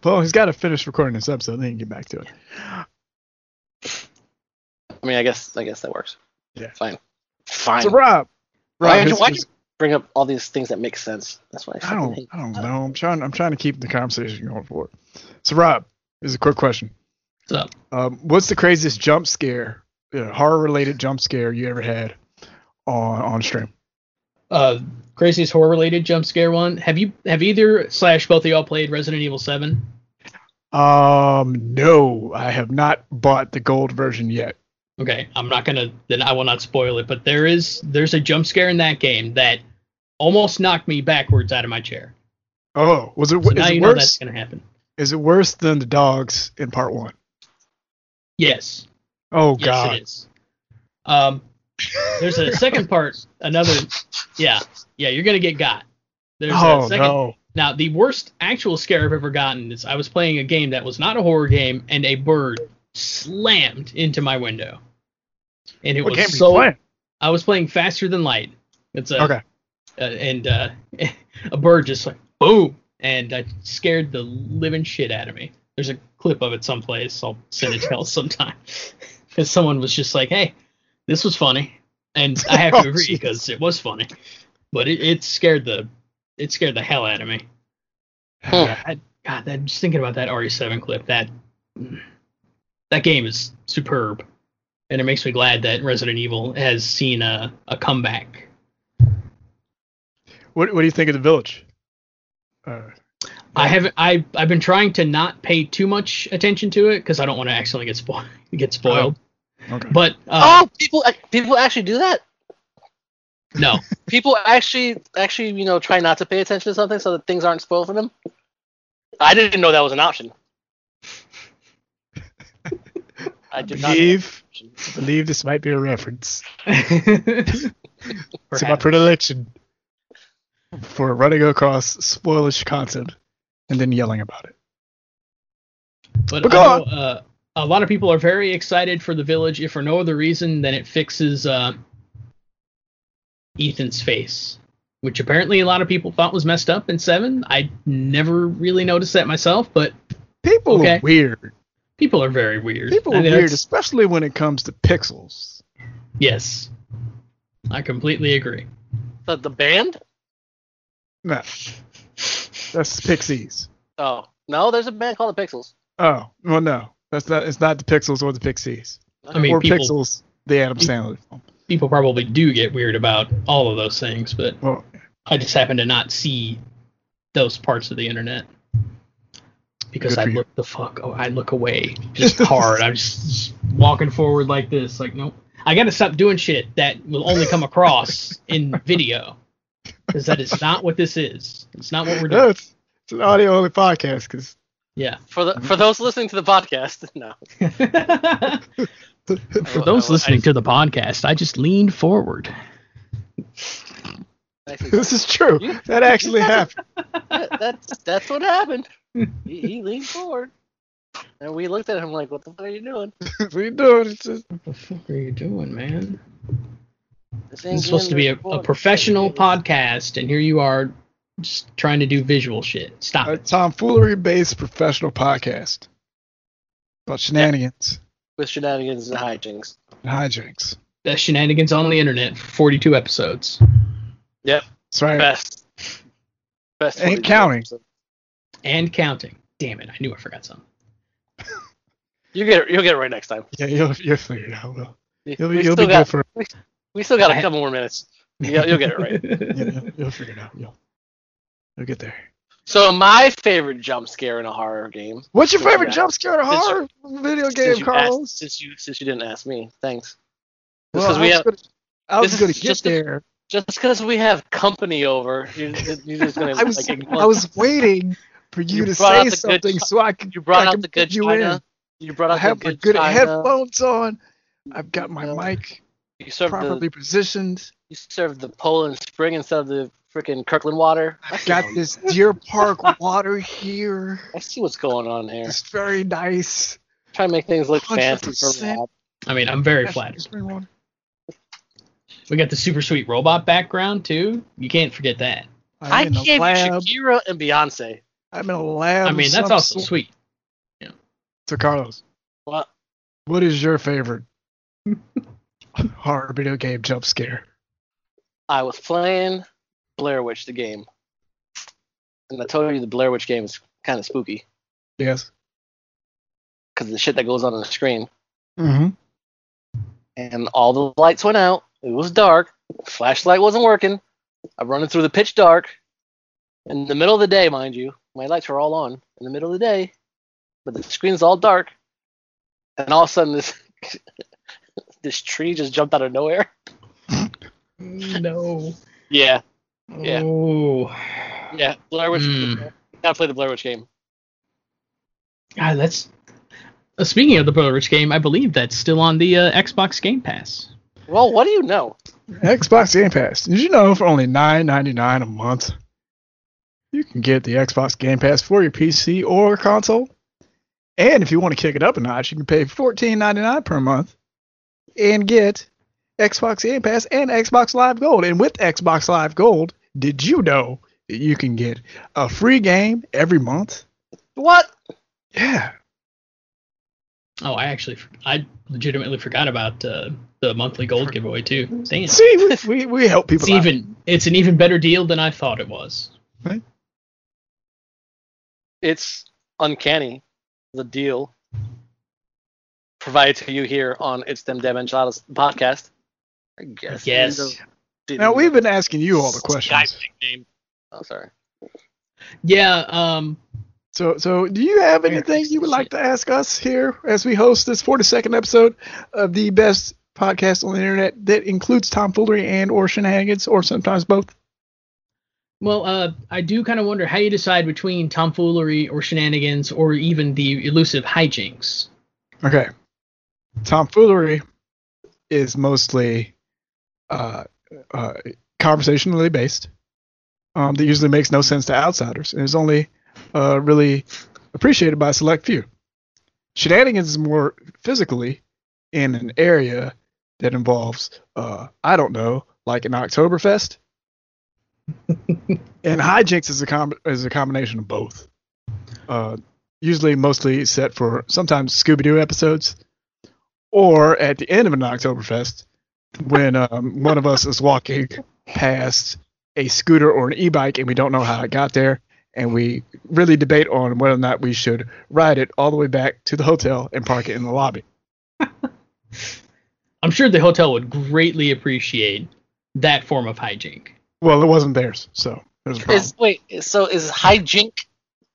Well, he's got to finish recording this episode, then he can get back to it. I mean, I guess I guess that works. Yeah. Fine. Fine. So Rob, Rob, why did you, his- why his- did you bring up all these things that make sense? That's why I, I fucking don't, hate. I don't know. I'm trying, I'm trying to keep the conversation going forward. So Rob, here's a quick question. What's up? Um, what's the craziest jump scare, horror related jump scare you ever had on on stream? Uh, craziest horror related jump scare one. Have you have either slash both of y'all played Resident Evil Seven? Um, no, I have not bought the gold version yet. Okay, I'm not gonna then I will not spoil it, but there is there's a jump scare in that game that almost knocked me backwards out of my chair. Oh, was it? So is now it you know that's worse? gonna happen. Is it worse than the dogs in part one? Yes. Oh yes God. it is. Um there's a second part, another yeah, yeah, you're gonna get got. There's Oh a second no. now the worst actual scare I've ever gotten is I was playing a game that was not a horror game and a bird slammed into my window. And it What game are was you so playing? I was playing Faster Than Light. It's a Okay. uh, and uh, [laughs] a bird just like boom, and I scared the living shit out of me. There's a clip of it someplace. I'll send it to y'all [laughs] sometime. Because someone was just like, "Hey, this was funny," and I have Oh, to agree because it was funny. But it, it scared the it scared the hell out of me. Huh. I, God, I'm just thinking about that RE7 clip. That that game is superb, and it makes me glad that Resident Evil has seen a, a comeback. What What do you think of the village? Uh, I haven't. I I've been trying to not pay too much attention to it because I don't want to accidentally get spoiled. [laughs] Get spoiled. Oh. okay. But uh, oh, people ac- people actually do that. [laughs] no, People actually actually you know try not to pay attention to something so that things aren't spoiled for them. I didn't know that was an [laughs] option. I did not. believe believe this might be a reference to my Perhaps. predilection for running across spoilish content and then yelling about it. but But go I know, uh, a lot of people are very excited for the village, if for no other reason than it fixes uh, Ethan's face, which apparently a lot of people thought was messed up in Seven. I never really noticed that myself, but People Okay. are weird. people are very weird. People I are mean, weird, that's- especially when it comes to pixels. Yes, I completely agree. The, the band? No, that's the Pixies. Oh no, there's a band called the Pixels. Oh well, no, that's not. It's not the Pixels or the Pixies I mean, or people, Pixels. The Adam Sandler film. people probably do get weird about all of those things, but Well, I just happen to not see those parts of the internet because Good I for you. look the fuck. Oh, I look away just hard. I'm just, just walking forward like this. Like nope. I gotta stop doing shit that will only come across in video because that is not what this is. It's not what we're no, [laughs] doing. it's, it's an audio only podcast because Yeah. For the Mm-hmm. for those listening to the podcast, [laughs] no. For those listening to the podcast, I just leaned forward. Actually, [laughs] this is true. You- That [laughs] actually happened. that- that's that's what happened. He, he leaned forward, and we looked at him like, "What the fuck are you doing?" [laughs] what are you doing? It's just, What the fuck are you doing, man? This This is supposed to be a, a professional podcast, and here you are just trying to do visual shit. Ah. Stop a it. tomfoolery-based professional podcast about shenanigans with shenanigans and hijinks. and hijinks. Best shenanigans on the internet for 42 episodes. That's right. Best, best. Ain't 42 counting. episode. And counting. Damn it, I knew I forgot something. You get it. You'll get it right next time. Yeah, you'll you'll figure it out. Will. We- You'll we be you'll still be got good for. we still got I- a couple more [laughs] minutes. [laughs] Yeah, you'll get it right. [laughs] Yeah, you'll, you'll figure it out. You'll, you'll get there. So my favorite jump scare in a horror game. What's your Since you favorite asked- jump scare in a since horror video since game, you asked- Carlos? since you since you didn't ask me, thanks. Well, Because I we was have gonna- I this was is going to get just a- there. [laughs] just because we have company over, you're, you're just gonna [laughs] I was like ignore I [laughs] was waiting for You you, to brought out say the good something chi- so I could. You brought I out could the good put you China. in. You brought I out have the my good, good China. headphones on. I've got my Yeah. mic. You served properly the positioned. you served the Poland Spring instead of the freaking Kirkland water. I I've see got how- [laughs] this Deer Park water here. I see what's going on here. It's very nice. Trying to make things look fancy for 100%. Rob. I mean, [laughs] I'm very Fresh flattered. spring water. We got the super sweet robot background too. You can't forget that. I I'm in a gave lab. Shakira and Beyonce. I'm in a lab. I of mean, that's some also sort. sweet. So Carlos, What? what is your [laughs] favorite horror video game jump scare? I was playing Blair Witch the game, and I told you the Blair Witch game is kind of spooky Yes. because the shit that goes on on the screen. Mm-hmm. And all the lights went out. It was dark. Flashlight wasn't working. I'm running through the pitch dark, in the middle of the day, mind you. My lights were all on in the middle of the day, but the screen's all dark. And all of a sudden, this [laughs] this tree just jumped out of nowhere. [laughs] No. Yeah, Yeah. Oh. yeah. Blair Witch. Hmm. Gotta play the Blair Witch game. God, Ah, that's. Uh, speaking of the Blair Witch game, I believe that's still on the uh, Xbox Game Pass. Well, what do you know? Xbox Game Pass. Did you know for only nine ninety nine a month, you can get the Xbox Game Pass for your PC or console? And if you want to kick it up a notch, you can pay fourteen ninety nine per month and get Xbox Game Pass and Xbox Live Gold. And with Xbox Live Gold, did you know that you can get a free game every month? What? Yeah. Oh, I actually, I legitimately forgot about uh, the monthly gold giveaway too. Damn, it's See, we, we, we help people out. even, it's an even better deal than I thought it was. It's uncanny. The deal provided to you here on It's Them Damn Enchiladas podcast. I guess. Yes. Now we've been asking you all the questions. Oh, sorry. Yeah. Um. So, so do you have anything you would like to ask us here as we host this 42nd episode of the best podcast on the internet that includes tomfoolery and or shenanigans or sometimes both? Well, uh, I do kind of wonder how you decide between tomfoolery or shenanigans or even the elusive hijinks. Okay. Tomfoolery is mostly uh, uh, conversationally based. Um, that usually makes no sense to outsiders and is only uh, really appreciated by a select few. Shenanigans is more physically in an area that involves, uh, I don't know, like an Oktoberfest. and hijinks is a com- is a combination of both. Uh, usually mostly set for sometimes Scooby Doo episodes, or at the end of an Oktoberfest when um, one of us is walking past a scooter or an e-bike and we don't know how it got there, and we really debate on whether or not we should ride it all the way back to the hotel and park it in the lobby. I'm sure the hotel would greatly appreciate that form of hijink. Well, it wasn't theirs, so there's a problem. Is wait. So is hijink?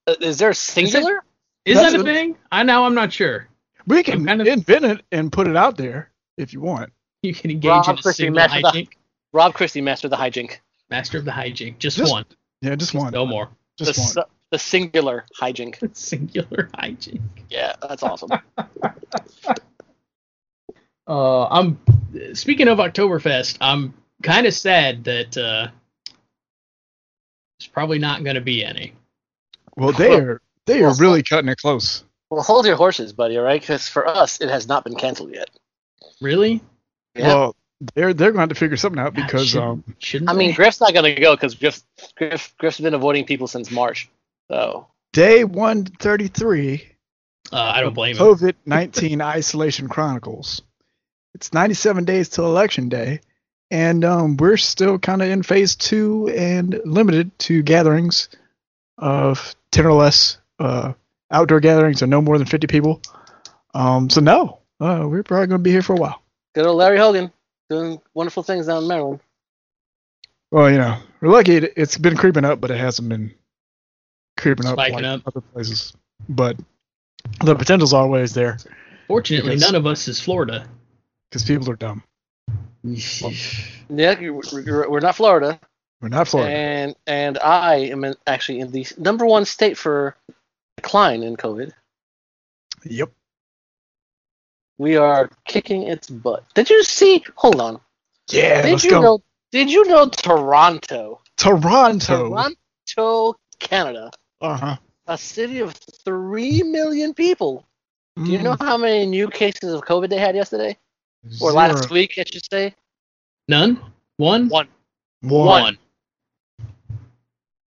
uh, Is there a singular? Is That's that a what- thing? I now I'm not sure. we can kind of- invent it and put it out there if you want. You can engage Rob in a Christie, single master of the- hijink, Rob Christie mastered the hijink. master of the hijink, just, Just one, Yeah, just one. no more. [laughs] The, Just one. si- the singular hijink. Singular hijink. Yeah, that's awesome. [laughs] Uh, I'm speaking of Oktoberfest. I'm kind of sad that uh, there's probably not going to be any. Well, they are they are [laughs] Well, really cutting it close. well, hold your horses, buddy. All right, because for us, it has not been canceled yet. Really? Yeah. Well, they're they're going to have to figure something out God, because shouldn't- um, shouldn't I mean, they? Griff's not gonna go because Griff, Griff, Griff's been avoiding people since March. So day 133 uh, I don't blame him. COVID 19 [laughs] Isolation Chronicles. It's 97 days till Election Day, and um, we're still kind of in phase two and limited to gatherings of 10 or less. Uh, outdoor gatherings are no more than 50 people. Um, so, no, uh, we're probably going to be here for a while. good old Larry Hogan doing wonderful things down in Maryland. Well, you know, we're lucky it, it's been creeping up, but it hasn't been creeping up Spiking like up. other places. But the potential's always there Fortunately, because- none of us is Florida. because people are dumb. Yeah, you- we're we're not Florida, We're not Florida. and and I am in, actually in the number one state for decline in COVID. Yep. We are kicking its butt. Did you see? Hold on. Yeah, Did let's you go. know? Did you know Toronto, Toronto. Toronto, Canada, Uh-huh. a city of three million people? Do you know how many new cases of COVID they had yesterday Mm, or last week? I should say. None? One? One. One.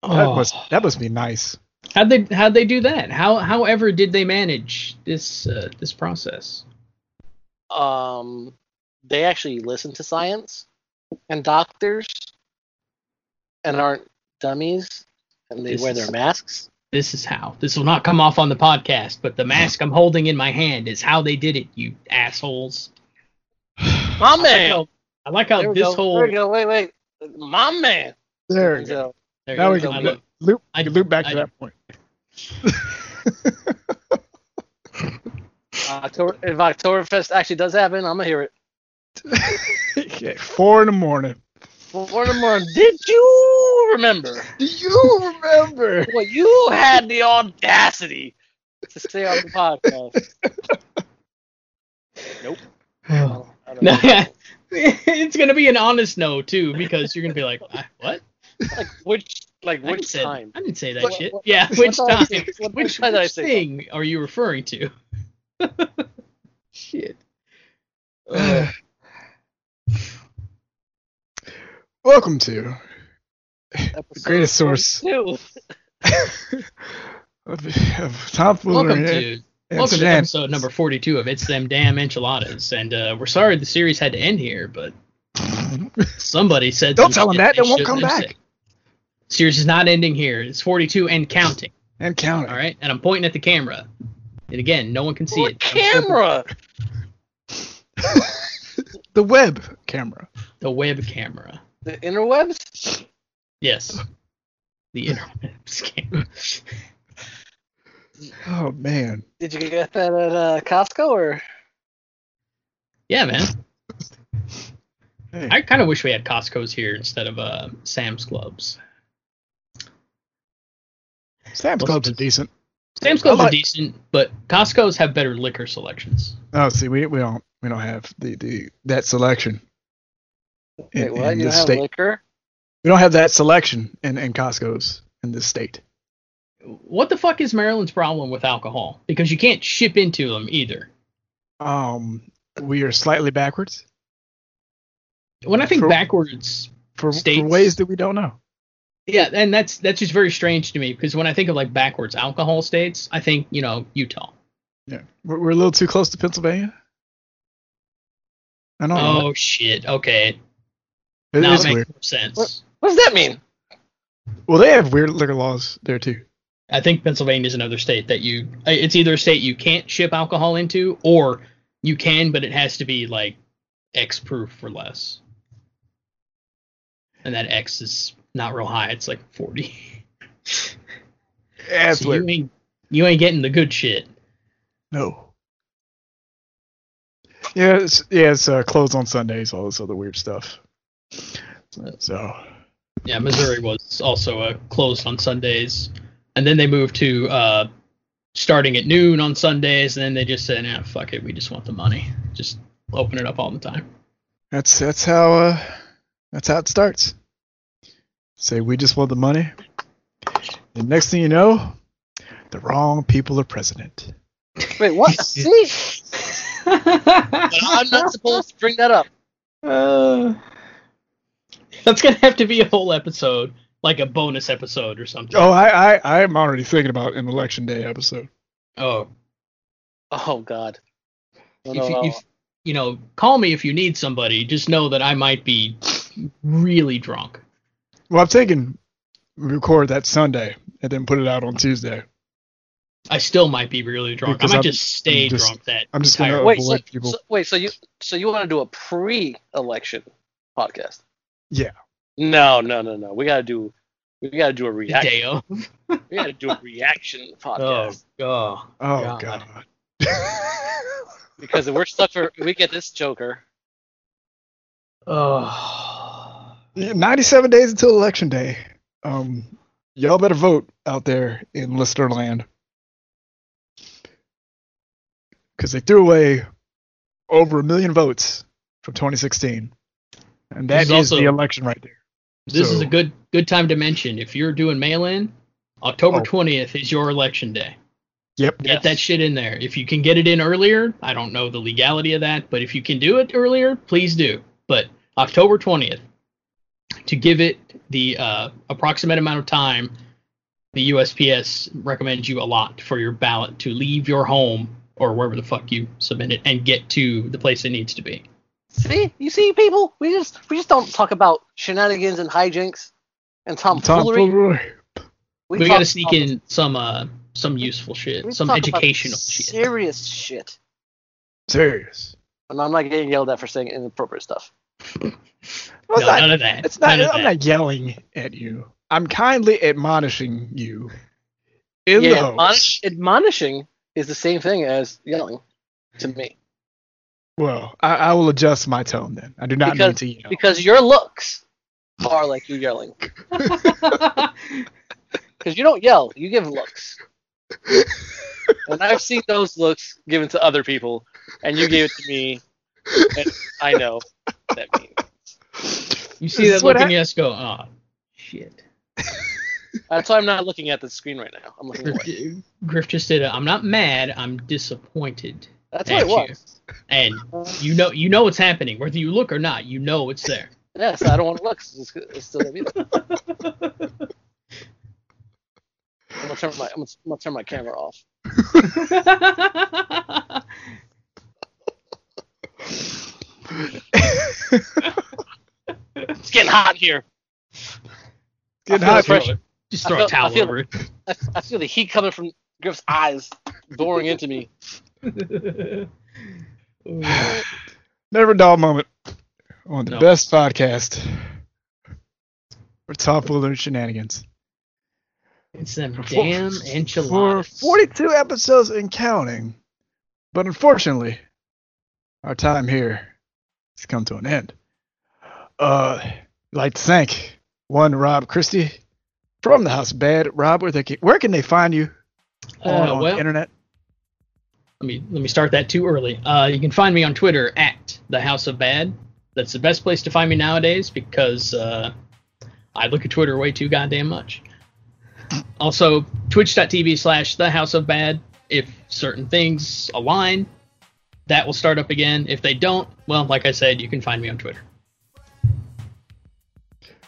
That Oh. must that must be nice. How'd they how'd they do that? How however did they manage this uh, this process? um, they actually listen to science and doctors and aren't dummies and they This wear is- their masks. This is how. This will not come off on the podcast, but the mask I'm holding in my hand is how they did it, you assholes. My I like man! how- I like how There we this go. whole There we go. Wait, wait. My man! There we And go. so, There Now you we go. can I loop, don't- loop, I- loop back I- to that point. [laughs] October, Uh, if Oktoberfest actually does happen, I'm gonna hear it. Okay, four in the morning. Four in the morning. Did you remember? Do you [sighs] [sighs] remember? Well, you had the audacity to stay on the podcast. [laughs] Oh. I don't [laughs] [laughs] No, know. yeah. [laughs] it's gonna be an honest no too, because you're gonna be like, "I- what? Like which? Like I didn't which say- time? I didn't say that What- shit. what- yeah, what which did I time? [laughs] say? What- Which, what did I which say? thing are you referring to? [laughs] shit. [sighs] Welcome to the Episode greatest source 42. of, of tomfoolery. Welcome and- to and Welcome to shenanigans. episode number 42 of It's Them Damn Enchiladas. And uh, we're sorry the series had to end [laughs] here, but somebody said Don't some tell 'em shit that, they they won't shouldn't come have back. said. Series is not ending here. It's 42 and counting, and counting. all right? And I'm pointing at the camera. And again, no one can see What it. [laughs] camera? The web camera. The web camera. the interwebs? Yes. [laughs] The interwebs camera. Oh man. Did you get that at uh, Costco or? Yeah, man. Hey. I kind of wish we had Costco's here instead of uh, Sam's Clubs. Sam's What's- Club's are decent. Sam's Clubs I are like- decent, but Costco's have better liquor selections. Oh, see, we we don't we don't have the, the that selection. In, Wait, what? in You don't this have state, liquor? we don't have that selection in, in Costco's in this state. what the fuck is Maryland's problem with alcohol? Because you can't ship into them either. Um, we are slightly backwards When I think For- backwards, for, for States. ways that we don't know. yeah, and that's that's just very strange to me because when I think of like backwards alcohol states, I think you know Utah. Yeah, we're, we're a little too close to Pennsylvania. I don't know. Oh shit. Okay, It now is it makes weird. more sense. What? What does that mean? Well, they have weird liquor laws there too. I think Pennsylvania is another state that you. It's either a state you can't ship alcohol into, or you can, but it has to be like X proof or less. And that X is not real high. It's like forty. That's So weird. you ain't you ain't getting the good shit. No. Yeah, it's, yeah, it's uh, closed on Sundays, all this other weird stuff. So, Yeah, Missouri was also uh, closed on Sundays, and then they moved to uh, starting at noon on Sundays, and then they just said, "Nah, fuck it, we just want the money, just open it up all the time." that's that's how uh, that's how it starts. Say we just want the money. The next thing you know, the wrong people are president. Wait, [laughs] what? See? But I'm [laughs] not supposed to bring that up. Uh, that's gonna have to be a whole episode, like a bonus episode or something. Oh, I I I am already thinking about an election day episode. oh Oh God. No, no, if you, no. if, you know, call me if you need somebody. Just know that I might be really drunk. Well, I'm thinking record that Sunday and then put it out on Tuesday. I still might be really drunk. Because I might I'm- just stay I'm just- drunk that I'm just entire gonna- wait, so, avoid people. so- wait, so you so you want to do a pre-election podcast? Yeah. No, no, no, no. We gotta do we gotta do a reaction. day of. We gotta do a [laughs] reaction podcast. oh. Oh God. God. [laughs] Because if we're stuck for we get this Joker. Oh. Yeah, 97 days until election day. Um, y'all better vote out there in Listerland. Because they threw away over a million votes from 2016, and that This is is also- the election right there. This is So- a good good time to mention if you're doing mail in. October Oh. twentieth is your election day. Yep. Get that shit in there. If you can get it in earlier, I don't know the legality of that, but if you can do it earlier, please do. But October twentieth to give it the uh, approximate amount of time the USPS recommends you allot for your ballot to leave your home or wherever the fuck you submit it and get to the place it needs to be. See, you see, people, we just we just don't talk about shenanigans and hijinks and tomfoolery. Tomfoolery. We, talk got to sneak about- in some uh, some useful shit, we some talk about educational shit. serious shit. Serious. And I'm not getting yelled at for saying inappropriate stuff. Well, it's No, not- none of that. It's not. None of I'm that. not yelling at you. I'm kindly admonishing you. In the yeah, hopes. admonish, admonishing is the same thing as yelling to me Well, I, I will adjust my tone then. I do not Because- need to yell. because your looks are like you yelling. [laughs] Because you don't yell, you give looks. and I've seen those looks given to other people, and you gave it to me, and I know what that means. You see This that is what look and I- you just go, ah, shit. That's why I'm not looking at the screen right now. I'm looking Griff, away. Griff just did a, I'm not mad, I'm disappointed. That's what it Thank you. was. And you know you know it's happening. Whether you look or not, you know it's there. Yes, I don't want looks. It's, it's still there either. I'm gonna turn my I'm gonna, I'm gonna turn my camera off. [laughs] It's getting hot here. Good I night, feel- bro. just I throw feel- a towel I feel- over it. I, I feel the heat coming from Griff's eyes, boring into me. Never dull moment on the No. best podcast for tomfoolery and shenanigans. It's them For- damn For enchiladas. 42 episodes and counting, but unfortunately, our time here has come to an end. Uh, I'd like to thank one Rob Christie from the House of Bad. Rob, where, they can, where can they find you on, Uh, on well- the internet? let me let me start that too early. Uh, you can find me on Twitter at the House of Bad. That's the best place to find me nowadays because uh, I look at Twitter way too goddamn much. Also, twitch.tv slash the House of Bad. If certain things align, that will start up again. If they don't, well, like I said, you can find me on Twitter.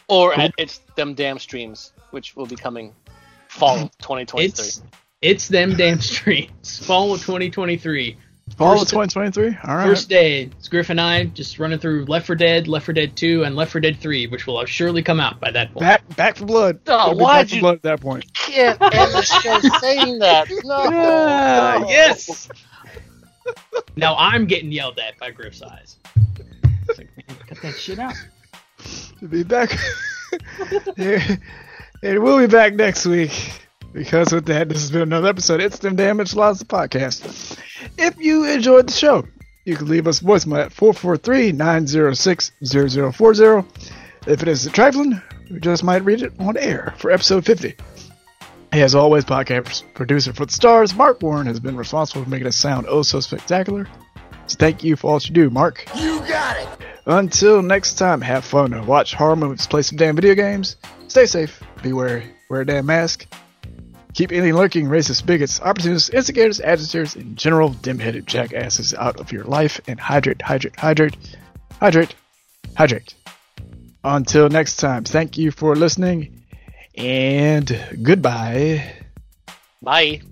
Or at, it's them damn streams, which will be coming fall of 2023. It's it's them damn [laughs] streams. Fall of 2023. Fall of First- 2023? Oh, All right. First day, it's Griff and I just running through Left 4 Dead, Left 4 Dead 2, and Left 4 Dead 3, which will surely come out by that point. back, back for blood. Oh, It'll be why'd back for you- blood at [laughs] that point. can't end the show saying that. [laughs] No. Yeah, Yes. Now I'm getting yelled at by Griff's eyes. It's like, man, cut that shit out. We'll be back. [laughs] and we'll be back next week. Because with that, this has been another episode. It's them damage lots of podcast. If you enjoyed the show, you can leave us a voicemail at 443-906-0040. If it is a trifling, we just might read it on air for episode 50. As always, podcast producer for the stars, Mark Warren has been responsible for making us sound oh so spectacular. So thank you for all you do, Mark. Until next time, have fun and watch horror movies, play some damn video games, stay safe, be wary, wear a damn mask, keep any lurking racist bigots, opportunists, instigators, agitators, and general dim-headed jackasses out of your life, and hydrate, hydrate, hydrate, hydrate, hydrate. Until next time, thank you for listening, and goodbye. Bye.